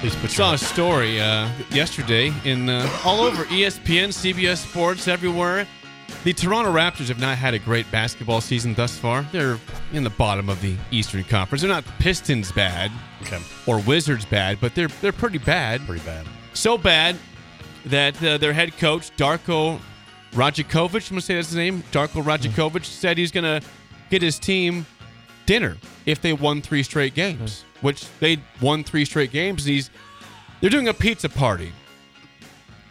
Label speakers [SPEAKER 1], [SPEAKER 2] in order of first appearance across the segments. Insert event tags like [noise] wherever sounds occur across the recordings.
[SPEAKER 1] Please put
[SPEAKER 2] saw
[SPEAKER 1] your
[SPEAKER 2] a story uh, yesterday in uh, all over ESPN, CBS Sports, everywhere. The Toronto Raptors have not had a great basketball season thus far. They're in the bottom of the Eastern Conference. They're not Pistons bad
[SPEAKER 1] Okay.
[SPEAKER 2] or Wizards bad, but they're they're pretty bad.
[SPEAKER 1] pretty bad.
[SPEAKER 2] So bad that uh, their head coach Darko Rajakovic, I'm gonna say that's his name, Darko Rajakovic,
[SPEAKER 3] Hmm.
[SPEAKER 2] said he's gonna get his team dinner if they won three straight games,
[SPEAKER 3] Hmm.
[SPEAKER 2] which they won three straight games. And he's they're doing a pizza party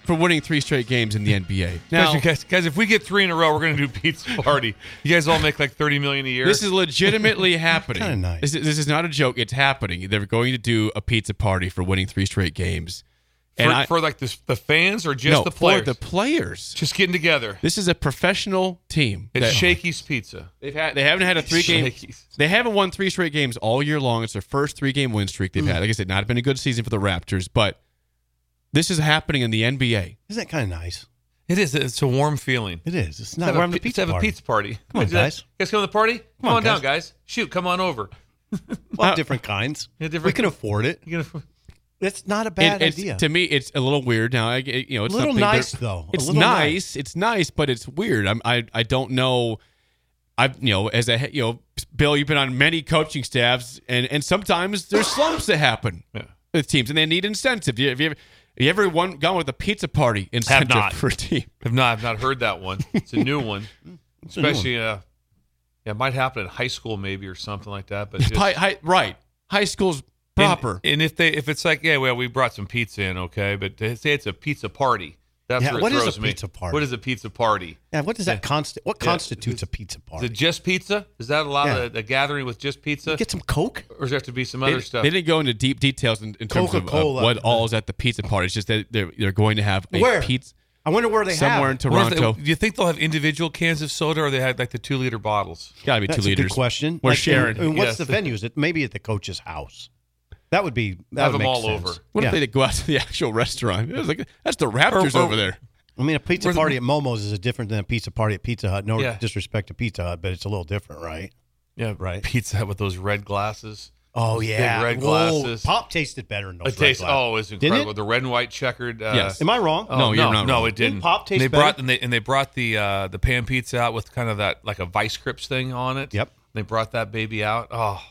[SPEAKER 2] for winning three straight games in the NBA. Now,
[SPEAKER 3] guys, guys, guys, if we get three in a row, we're gonna do pizza party. You guys all make like thirty million a year.
[SPEAKER 2] this is
[SPEAKER 3] [laughs]
[SPEAKER 2] legitimately happening.
[SPEAKER 1] Kinda nice.
[SPEAKER 2] This is, this is not a joke. It's happening. They're going to do a pizza party for winning three straight games.
[SPEAKER 3] for,
[SPEAKER 2] and I-
[SPEAKER 3] for like the, the fans or just
[SPEAKER 2] no,
[SPEAKER 3] the players.
[SPEAKER 2] for the players.
[SPEAKER 3] just getting together.
[SPEAKER 2] This is a professional team.
[SPEAKER 3] It's
[SPEAKER 2] that-
[SPEAKER 3] Shakey's Pizza.
[SPEAKER 2] They've had they haven't had a three game
[SPEAKER 3] Shakey's.
[SPEAKER 2] they haven't won three straight games all year long. It's their first three game win streak they've had. Like I said, not been a good season for the Raptors, but this is happening in the NBA.
[SPEAKER 1] Isn't that kind of nice?
[SPEAKER 3] It is. It's a warm feeling.
[SPEAKER 1] It is. It's
[SPEAKER 3] Let's
[SPEAKER 1] not.
[SPEAKER 3] have,
[SPEAKER 1] We're
[SPEAKER 3] a,
[SPEAKER 1] having a
[SPEAKER 3] pi- let's
[SPEAKER 1] pizza
[SPEAKER 3] have a
[SPEAKER 1] party.
[SPEAKER 3] pizza party.
[SPEAKER 1] Come on, guys.
[SPEAKER 3] You guys come to the party? Come,
[SPEAKER 1] on,
[SPEAKER 3] on, down, guys. Shoot, come on over.
[SPEAKER 1] Well, different kinds.
[SPEAKER 3] Yeah, different-
[SPEAKER 1] We can afford it.
[SPEAKER 3] You gonna- [laughs]
[SPEAKER 1] That's not a bad
[SPEAKER 2] It- it's-
[SPEAKER 1] idea.
[SPEAKER 2] To me, it's a little weird. Now, I, you know, it's
[SPEAKER 1] Little
[SPEAKER 2] something that-
[SPEAKER 1] nice, though. A
[SPEAKER 2] It's
[SPEAKER 1] little
[SPEAKER 2] nice.
[SPEAKER 1] nice.
[SPEAKER 2] It's nice, but it's weird. I'm, I I don't know. I've you know as a he- you know Bill, you've been on many coaching staffs, and and sometimes there's slumps that happen
[SPEAKER 3] Yeah.
[SPEAKER 2] with teams, and they need incentive. You- Have you ever, have you ever won, gone with a pizza party incentive
[SPEAKER 3] not.
[SPEAKER 2] for a
[SPEAKER 3] [laughs]
[SPEAKER 2] team?
[SPEAKER 3] I've not, I've not heard that one. It's a new one, especially. Uh, yeah, it might happen in high school maybe or something like that. But just,
[SPEAKER 2] Hi, hi, right, high school's proper.
[SPEAKER 3] And, and if they, if it's like, yeah, well, we brought some pizza in, okay, but to say it's a pizza party. That's
[SPEAKER 1] Yeah,
[SPEAKER 3] where it
[SPEAKER 1] what is a
[SPEAKER 3] throws me.
[SPEAKER 1] pizza party?
[SPEAKER 3] What is a pizza party?
[SPEAKER 1] yeah, what does that consti- What constitutes a pizza
[SPEAKER 3] Is
[SPEAKER 1] party?
[SPEAKER 3] it just pizza? Is that allowed
[SPEAKER 1] Yeah.
[SPEAKER 3] a, a gathering with just pizza,
[SPEAKER 1] Get some Coke.
[SPEAKER 3] or does there have to be some
[SPEAKER 2] they,
[SPEAKER 3] other stuff?
[SPEAKER 2] they didn't go into deep details in, in terms of, of
[SPEAKER 1] Coca-Cola.
[SPEAKER 2] what all is at the pizza party. It's just that they're, they're going to have a
[SPEAKER 1] Where?
[SPEAKER 2] pizza
[SPEAKER 1] I wonder where they have
[SPEAKER 2] somewhere
[SPEAKER 1] it.
[SPEAKER 2] in
[SPEAKER 3] What if they-
[SPEAKER 2] Toronto.
[SPEAKER 3] do you think they'll have individual cans of soda, or they had like the two liter bottles?
[SPEAKER 2] Got to be
[SPEAKER 1] That's a
[SPEAKER 2] two liters.
[SPEAKER 1] good question.
[SPEAKER 2] We're
[SPEAKER 1] Like,
[SPEAKER 2] sharing.
[SPEAKER 1] And, uh, and what's
[SPEAKER 3] Yes.
[SPEAKER 1] the venue? Is it maybe at the coach's house? That would be that
[SPEAKER 3] Have
[SPEAKER 1] would
[SPEAKER 3] them
[SPEAKER 1] make
[SPEAKER 3] all
[SPEAKER 1] sense.
[SPEAKER 3] over.
[SPEAKER 2] What
[SPEAKER 1] Yeah.
[SPEAKER 2] if they go out to the [laughs] actual restaurant? It was like that's the Raptors
[SPEAKER 3] Or- or-
[SPEAKER 2] over there.
[SPEAKER 1] I mean, a pizza
[SPEAKER 3] Where's-
[SPEAKER 1] party at Momo's is different than a pizza party at Pizza Hut. No
[SPEAKER 3] Yeah.
[SPEAKER 1] disrespect to Pizza Hut, but it's a little different, right?
[SPEAKER 3] Yeah,
[SPEAKER 1] right.
[SPEAKER 3] Pizza Hut with those red glasses.
[SPEAKER 1] Oh yeah,
[SPEAKER 3] red
[SPEAKER 1] Whoa,
[SPEAKER 3] glasses.
[SPEAKER 1] Pop tasted better than those.
[SPEAKER 3] It
[SPEAKER 1] red
[SPEAKER 3] tastes
[SPEAKER 1] glasses.
[SPEAKER 3] oh, it's
[SPEAKER 1] Didn't it?
[SPEAKER 3] incredible. The red and white checkered. Uh,
[SPEAKER 2] Yes.
[SPEAKER 1] Am I wrong?
[SPEAKER 3] oh,
[SPEAKER 2] No,
[SPEAKER 3] no,
[SPEAKER 2] you're not
[SPEAKER 3] No,
[SPEAKER 2] wrong.
[SPEAKER 3] it didn't.
[SPEAKER 1] Didn't pop taste
[SPEAKER 3] they
[SPEAKER 1] better?
[SPEAKER 3] brought and they and they brought the uh, the pan pizza out with kind of that like a vice grips thing on it.
[SPEAKER 1] Yep.
[SPEAKER 3] They brought that baby out. Oh,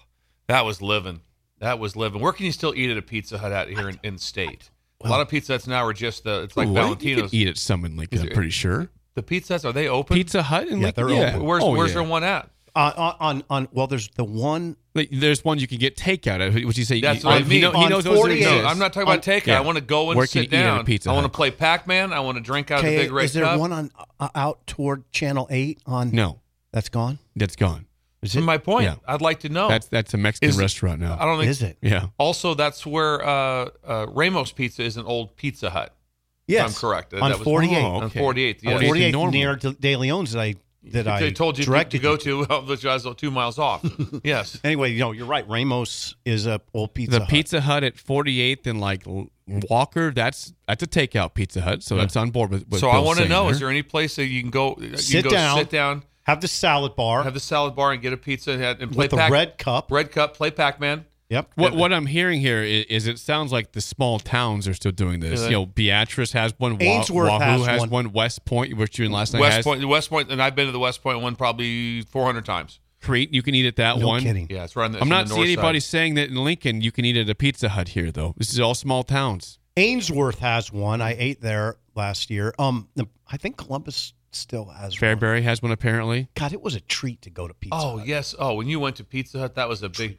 [SPEAKER 3] that was living. That was living. Where can you still eat at a Pizza Hut out here in, in state? a lot of Pizza Huts now are just the it's like
[SPEAKER 2] Ooh, I think you
[SPEAKER 3] Valentino's.
[SPEAKER 2] could eat at some in Lincoln. I'm
[SPEAKER 3] it-
[SPEAKER 2] pretty sure.
[SPEAKER 3] The Pizza Huts are they open?
[SPEAKER 2] Pizza Hut and
[SPEAKER 1] Yeah,
[SPEAKER 2] Lincoln.
[SPEAKER 1] they're
[SPEAKER 2] yeah.
[SPEAKER 1] open.
[SPEAKER 3] Where's
[SPEAKER 2] Oh,
[SPEAKER 3] Where's
[SPEAKER 2] yeah.
[SPEAKER 3] their one at?
[SPEAKER 1] On, Uh, on on on. Well, there's the one.
[SPEAKER 2] Like, There's one you can get takeout at. Which you say
[SPEAKER 3] That's
[SPEAKER 2] he,
[SPEAKER 3] what I
[SPEAKER 2] he
[SPEAKER 3] mean.
[SPEAKER 2] know- he
[SPEAKER 1] On
[SPEAKER 2] knows those
[SPEAKER 1] 48
[SPEAKER 2] exist.
[SPEAKER 3] No, I'm not talking about takeout.
[SPEAKER 2] Oh, yeah.
[SPEAKER 3] I want to go and
[SPEAKER 2] Where can
[SPEAKER 3] sit
[SPEAKER 2] you eat at a
[SPEAKER 3] down.
[SPEAKER 2] Pizza
[SPEAKER 3] I want to
[SPEAKER 2] Hut?
[SPEAKER 3] play Pac Man. I want to drink out of Oh, the
[SPEAKER 1] Okay,
[SPEAKER 3] big red
[SPEAKER 1] is there
[SPEAKER 3] cup.
[SPEAKER 1] one on uh, out toward Channel Eight? On
[SPEAKER 2] No,
[SPEAKER 1] that's gone.
[SPEAKER 2] that's gone.
[SPEAKER 1] Is it?
[SPEAKER 3] That's my point.
[SPEAKER 2] Yeah.
[SPEAKER 3] I'd like to know.
[SPEAKER 2] That's that's a Mexican
[SPEAKER 3] Oh. Is-
[SPEAKER 2] restaurant now.
[SPEAKER 3] I don't think.
[SPEAKER 1] Is it?
[SPEAKER 2] yeah,
[SPEAKER 3] Also, that's where uh, uh, Ramos Pizza is an old Pizza Hut.
[SPEAKER 1] Yes,
[SPEAKER 3] I'm correct. That
[SPEAKER 1] On
[SPEAKER 3] was-
[SPEAKER 1] 48,
[SPEAKER 2] Oh,
[SPEAKER 3] On
[SPEAKER 2] okay.
[SPEAKER 3] 48th, yes.
[SPEAKER 2] Anything
[SPEAKER 1] 48
[SPEAKER 2] 48 normal.
[SPEAKER 1] near De, De Leon's that I that
[SPEAKER 3] They
[SPEAKER 1] I
[SPEAKER 3] told you to-
[SPEAKER 1] directed
[SPEAKER 3] to go to, [laughs] well, which was two
[SPEAKER 1] [laughs]
[SPEAKER 3] miles off. yes.
[SPEAKER 1] Anyway, you know, you're right. Ramos is a old pizza.
[SPEAKER 2] the
[SPEAKER 1] Hut.
[SPEAKER 2] Pizza Hut at 48th and like L- Walker. That's that's a takeout Pizza Hut, so that's on board with. with
[SPEAKER 3] So I
[SPEAKER 2] Bill's
[SPEAKER 3] want to
[SPEAKER 2] saying
[SPEAKER 3] know:
[SPEAKER 2] there.
[SPEAKER 3] is there any place that you can go? You
[SPEAKER 1] Sit
[SPEAKER 3] can go
[SPEAKER 1] down.
[SPEAKER 3] sit down,
[SPEAKER 1] Have the salad bar
[SPEAKER 3] have the salad bar, and get a pizza and, and play
[SPEAKER 1] with the
[SPEAKER 3] Pac-
[SPEAKER 1] red cup.
[SPEAKER 3] red cup, play Pac Man.
[SPEAKER 1] Yep.
[SPEAKER 2] What what I'm hearing here is, is it sounds like the small towns are still doing this.
[SPEAKER 3] Yeah.
[SPEAKER 2] You know, Beatrice has one, Wa-
[SPEAKER 1] Ainsworth
[SPEAKER 2] Wahoo
[SPEAKER 1] has
[SPEAKER 2] has,
[SPEAKER 1] one.
[SPEAKER 2] one. West Point, which you and last night
[SPEAKER 3] West
[SPEAKER 2] has.
[SPEAKER 3] Point, West Point, and I've been to the West Point one probably 400 times.
[SPEAKER 2] Crete, you can eat at that
[SPEAKER 1] No
[SPEAKER 2] one.
[SPEAKER 1] kidding.
[SPEAKER 3] Yeah, it's right on the.
[SPEAKER 2] I'm
[SPEAKER 3] it's on
[SPEAKER 2] not
[SPEAKER 3] the
[SPEAKER 2] seeing
[SPEAKER 3] north side.
[SPEAKER 2] anybody saying that in Lincoln you can eat at a Pizza Hut here though. This is all small towns.
[SPEAKER 1] Ainsworth has one. I ate there last year. Um, the- I think Columbus still has one.
[SPEAKER 2] Fairbury has one apparently.
[SPEAKER 1] God, it was a treat to go to pizza.
[SPEAKER 3] Oh
[SPEAKER 1] Hut.
[SPEAKER 3] yes. Oh, when you went to Pizza Hut, that was a big.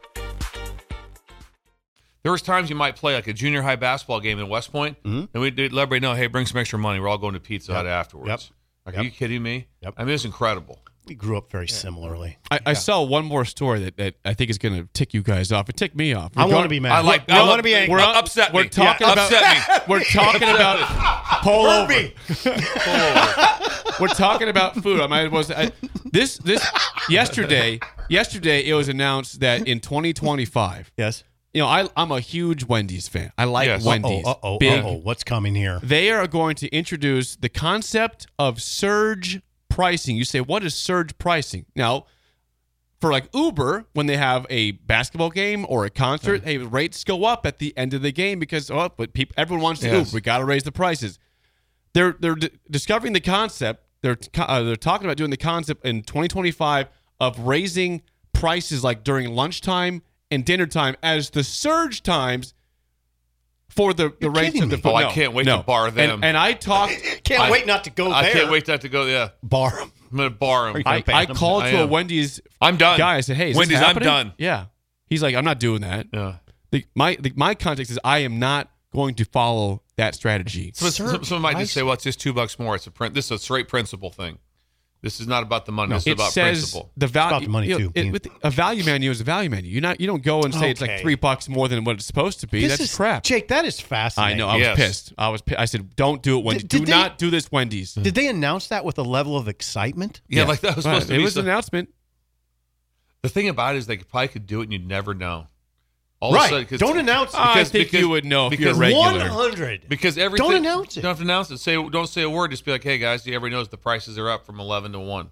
[SPEAKER 3] There was times you might play like a junior high basketball game in West Point,
[SPEAKER 2] Mm-hmm.
[SPEAKER 3] and we'd let everybody know, hey, bring some extra money. We're all going to Pizza Hut afterwards.
[SPEAKER 1] Yep.
[SPEAKER 3] Like,
[SPEAKER 1] Yep.
[SPEAKER 3] are you kidding me?
[SPEAKER 1] Yep.
[SPEAKER 3] I mean, it's incredible.
[SPEAKER 1] We grew up very similarly.
[SPEAKER 2] I, I saw one more story that, that I think is going to tick you guys off. It ticked me off.
[SPEAKER 1] I want
[SPEAKER 2] We're going-
[SPEAKER 1] to be mad.
[SPEAKER 3] I like.
[SPEAKER 1] I,
[SPEAKER 3] I
[SPEAKER 1] want to be angry.
[SPEAKER 3] We're
[SPEAKER 2] up-
[SPEAKER 3] upset.
[SPEAKER 2] we're
[SPEAKER 3] me.
[SPEAKER 2] talking
[SPEAKER 3] Yeah,
[SPEAKER 2] about-
[SPEAKER 3] upset me.
[SPEAKER 2] [laughs] We're talking
[SPEAKER 3] [laughs]
[SPEAKER 2] about pull over.
[SPEAKER 1] Herbie.
[SPEAKER 3] Pull over.
[SPEAKER 2] We're talking about food. I might was I, uh, this this yesterday. Yesterday it was announced that in 2025.
[SPEAKER 1] Yes.
[SPEAKER 2] You know, I I'm a huge Wendy's fan. I like
[SPEAKER 3] Yes. Uh-oh,
[SPEAKER 2] Wendy's.
[SPEAKER 1] Oh, oh,
[SPEAKER 2] Big.
[SPEAKER 1] oh, what's coming here?
[SPEAKER 2] They are going to introduce the concept of surge pricing. You say, what is surge pricing? Now, for like Uber, when they have a basketball game or a concert, hey, rates go up at the end of the game because oh, but people, everyone wants to
[SPEAKER 3] Yes.
[SPEAKER 2] Uber. We got to raise the prices. They're they're d- discovering the concept. They're t- uh, they're talking about doing the concept in 2025 of raising prices like during lunchtime and dinner time as the surge times for the, the
[SPEAKER 1] You're
[SPEAKER 2] rates
[SPEAKER 1] kidding
[SPEAKER 2] of the
[SPEAKER 1] me.
[SPEAKER 2] food.
[SPEAKER 3] Oh, I
[SPEAKER 2] No,
[SPEAKER 3] can't wait
[SPEAKER 2] no.
[SPEAKER 3] to bar them.
[SPEAKER 2] And, and I
[SPEAKER 3] [laughs]
[SPEAKER 2] talked.
[SPEAKER 1] Can't
[SPEAKER 3] I-
[SPEAKER 1] wait not to go
[SPEAKER 3] I
[SPEAKER 1] there.
[SPEAKER 3] can't wait not to go. Yeah,
[SPEAKER 1] Bar 'em.
[SPEAKER 3] I'm gonna bar him.
[SPEAKER 1] you-
[SPEAKER 2] I,
[SPEAKER 1] Can't ban
[SPEAKER 2] I
[SPEAKER 1] them.
[SPEAKER 2] called
[SPEAKER 3] I
[SPEAKER 2] to a
[SPEAKER 3] am.
[SPEAKER 2] Wendy's
[SPEAKER 3] I'm done.
[SPEAKER 2] guy. I said, "Hey, is this
[SPEAKER 3] Wendy's, I'm
[SPEAKER 2] happening?
[SPEAKER 3] done.
[SPEAKER 2] Yeah. He's like, "I'm not doing that."
[SPEAKER 3] Yeah.
[SPEAKER 2] The, my the, my context is I am not going to follow that strategy.
[SPEAKER 3] Some, some-
[SPEAKER 1] Surge
[SPEAKER 3] some might
[SPEAKER 1] price-
[SPEAKER 3] just say, well, it's just two bucks more. It's a print. This is a straight principle thing. This is not about the money. this is
[SPEAKER 2] it
[SPEAKER 3] about
[SPEAKER 2] says
[SPEAKER 3] principle.
[SPEAKER 2] the value.
[SPEAKER 1] about the money,
[SPEAKER 2] you know,
[SPEAKER 1] too,
[SPEAKER 2] it-
[SPEAKER 1] Ian.
[SPEAKER 2] with a value menu is a value menu. You not you don't go and say it's like
[SPEAKER 1] Okay.
[SPEAKER 2] three bucks more than what it's supposed to be.
[SPEAKER 1] This
[SPEAKER 2] That's
[SPEAKER 1] is
[SPEAKER 2] crap.
[SPEAKER 1] Jake, that is
[SPEAKER 2] I
[SPEAKER 1] fascinating.
[SPEAKER 2] know. I
[SPEAKER 3] Yes.
[SPEAKER 2] was pissed. I was. pi- I said, "Don't do it, Wendy's.
[SPEAKER 1] did
[SPEAKER 2] do
[SPEAKER 1] they-
[SPEAKER 2] not do this, Wendy's."
[SPEAKER 1] Did they announce that with a level of excitement?
[SPEAKER 3] Yeah, like that was
[SPEAKER 2] Right.
[SPEAKER 3] supposed to
[SPEAKER 2] It
[SPEAKER 3] be.
[SPEAKER 2] was
[SPEAKER 3] so-
[SPEAKER 2] an announcement.
[SPEAKER 3] the thing about it is they could- probably could do it and you'd never know. All
[SPEAKER 1] Right.
[SPEAKER 3] Of a sudden, 'cause-
[SPEAKER 1] Don't announce it.
[SPEAKER 2] I think you would know if you're
[SPEAKER 3] because-
[SPEAKER 2] a regular.
[SPEAKER 1] 100.
[SPEAKER 3] Because everything.
[SPEAKER 1] Don't announce it.
[SPEAKER 3] Don't have to announce it. Say don't say a word. Just be like, hey guys, everybody knows the prices are up from eleven to one.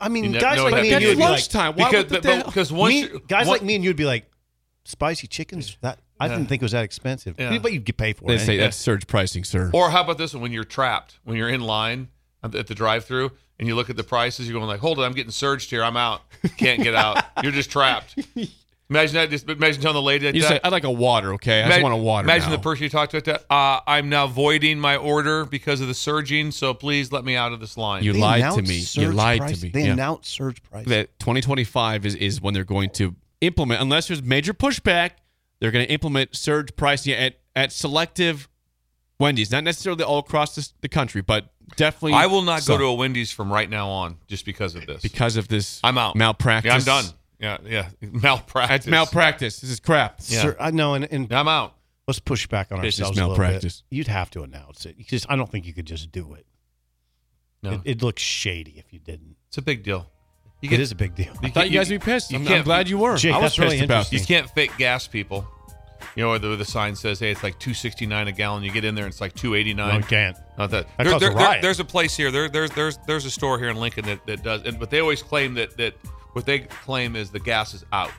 [SPEAKER 1] I mean,
[SPEAKER 3] You know-
[SPEAKER 1] guys
[SPEAKER 3] no,
[SPEAKER 1] like
[SPEAKER 3] that-
[SPEAKER 1] me and
[SPEAKER 2] That's
[SPEAKER 1] you would be like,
[SPEAKER 2] lunchtime. Why
[SPEAKER 3] because
[SPEAKER 2] would the
[SPEAKER 3] but- but-
[SPEAKER 2] hell-
[SPEAKER 3] because once
[SPEAKER 1] me-
[SPEAKER 3] you-
[SPEAKER 1] guys
[SPEAKER 3] one-
[SPEAKER 1] like me and you'd be like, spicy chickens? That I didn't think it was that expensive.
[SPEAKER 3] Yeah.
[SPEAKER 1] But you'd get paid for
[SPEAKER 2] They
[SPEAKER 1] it.
[SPEAKER 2] say that's surge pricing, sir.
[SPEAKER 3] Or how about this one? When you're trapped, when you're in line at the, at the drive-through and you look at the prices, you're going like, "Hold it, I'm getting surged here. I'm out. Can't get out. You're just
[SPEAKER 1] [laughs]
[SPEAKER 3] trapped." Imagine that. Just imagine telling the lady that.
[SPEAKER 2] you
[SPEAKER 3] that-
[SPEAKER 2] say, "I'd like a water, okay? I just
[SPEAKER 3] imagine-
[SPEAKER 2] want a water."
[SPEAKER 3] Imagine
[SPEAKER 2] now."
[SPEAKER 3] the person you talked to at that. Uh, I'm now voiding my order because of the surging. So please let me out of this line.
[SPEAKER 2] You
[SPEAKER 1] They
[SPEAKER 2] lied to
[SPEAKER 1] announced
[SPEAKER 2] me. You
[SPEAKER 1] surge
[SPEAKER 2] lied
[SPEAKER 1] price-
[SPEAKER 2] to me.
[SPEAKER 1] They
[SPEAKER 2] Yeah.
[SPEAKER 1] announced surge price.
[SPEAKER 2] that 2025 is is when they're going to implement, unless there's major pushback, they're going to implement surge pricing at at selective Wendy's, not necessarily all across the, the country, but definitely.
[SPEAKER 3] I will not go to a Wendy's from right now on just because of this.
[SPEAKER 2] because of this.
[SPEAKER 3] I'm out.
[SPEAKER 2] Malpractice.
[SPEAKER 3] Yeah, I'm done. Yeah, yeah. [laughs] Malpractice.
[SPEAKER 2] It's malpractice. This is crap.
[SPEAKER 3] Yeah.
[SPEAKER 1] Sur- I know, and, and
[SPEAKER 3] I'm out.
[SPEAKER 1] let's push back on
[SPEAKER 2] This is
[SPEAKER 1] ourselves a little
[SPEAKER 2] malpractice.
[SPEAKER 1] bit. You'd have to announce it. You just, I don't think you could just do it.
[SPEAKER 3] No.
[SPEAKER 1] It, it looks shady if you didn't.
[SPEAKER 3] It's a big deal. You
[SPEAKER 1] it is a big deal.
[SPEAKER 2] I thought you, guys would be pissed. I'm, I'm glad you were.
[SPEAKER 1] Jake,
[SPEAKER 2] I was
[SPEAKER 1] that's really
[SPEAKER 2] pissed about
[SPEAKER 1] interesting.
[SPEAKER 3] You can't fake gas people. You know, where the, where the sign says, "Hey, it's like two sixty nine a gallon." You get in there, and it's like two eighty
[SPEAKER 1] No,
[SPEAKER 3] nine.
[SPEAKER 1] you can't.
[SPEAKER 3] Not that.
[SPEAKER 1] That
[SPEAKER 3] There-
[SPEAKER 1] caused a
[SPEAKER 3] there- there-
[SPEAKER 1] riot.
[SPEAKER 3] there's a place here. There, there's there's there's a store here in Lincoln that, that does, and, but they always claim that that what they claim is the gas is out.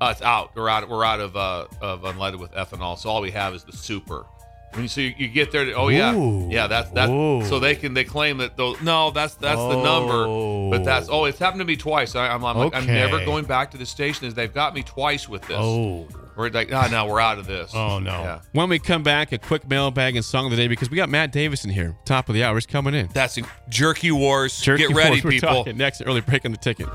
[SPEAKER 3] Uh, it's out. We're out. We're out of uh, of unleaded with ethanol. So all we have is the super. I mean, so you, you get there. to- oh yeah,
[SPEAKER 1] Ooh.
[SPEAKER 3] yeah. That's that.
[SPEAKER 1] Ooh.
[SPEAKER 3] So they can they claim that though. No, that's that's the
[SPEAKER 1] Oh.
[SPEAKER 3] number. But that's oh, it's happened to me twice. I, I'm I'm, like, I'm
[SPEAKER 1] Okay.
[SPEAKER 3] never going back to the station. Is they've got me twice with this.
[SPEAKER 1] Oh,
[SPEAKER 3] We're like, no, no, we're out of this.
[SPEAKER 1] Oh, no.
[SPEAKER 2] When we come back, a quick mailbag and song of the day because we got Matt Davison here. Top of the hour is coming in.
[SPEAKER 3] That's in- jerky wars.
[SPEAKER 2] Jerky
[SPEAKER 3] Get ready,
[SPEAKER 2] Wars, we're
[SPEAKER 3] people.
[SPEAKER 2] talking next early break on the ticket.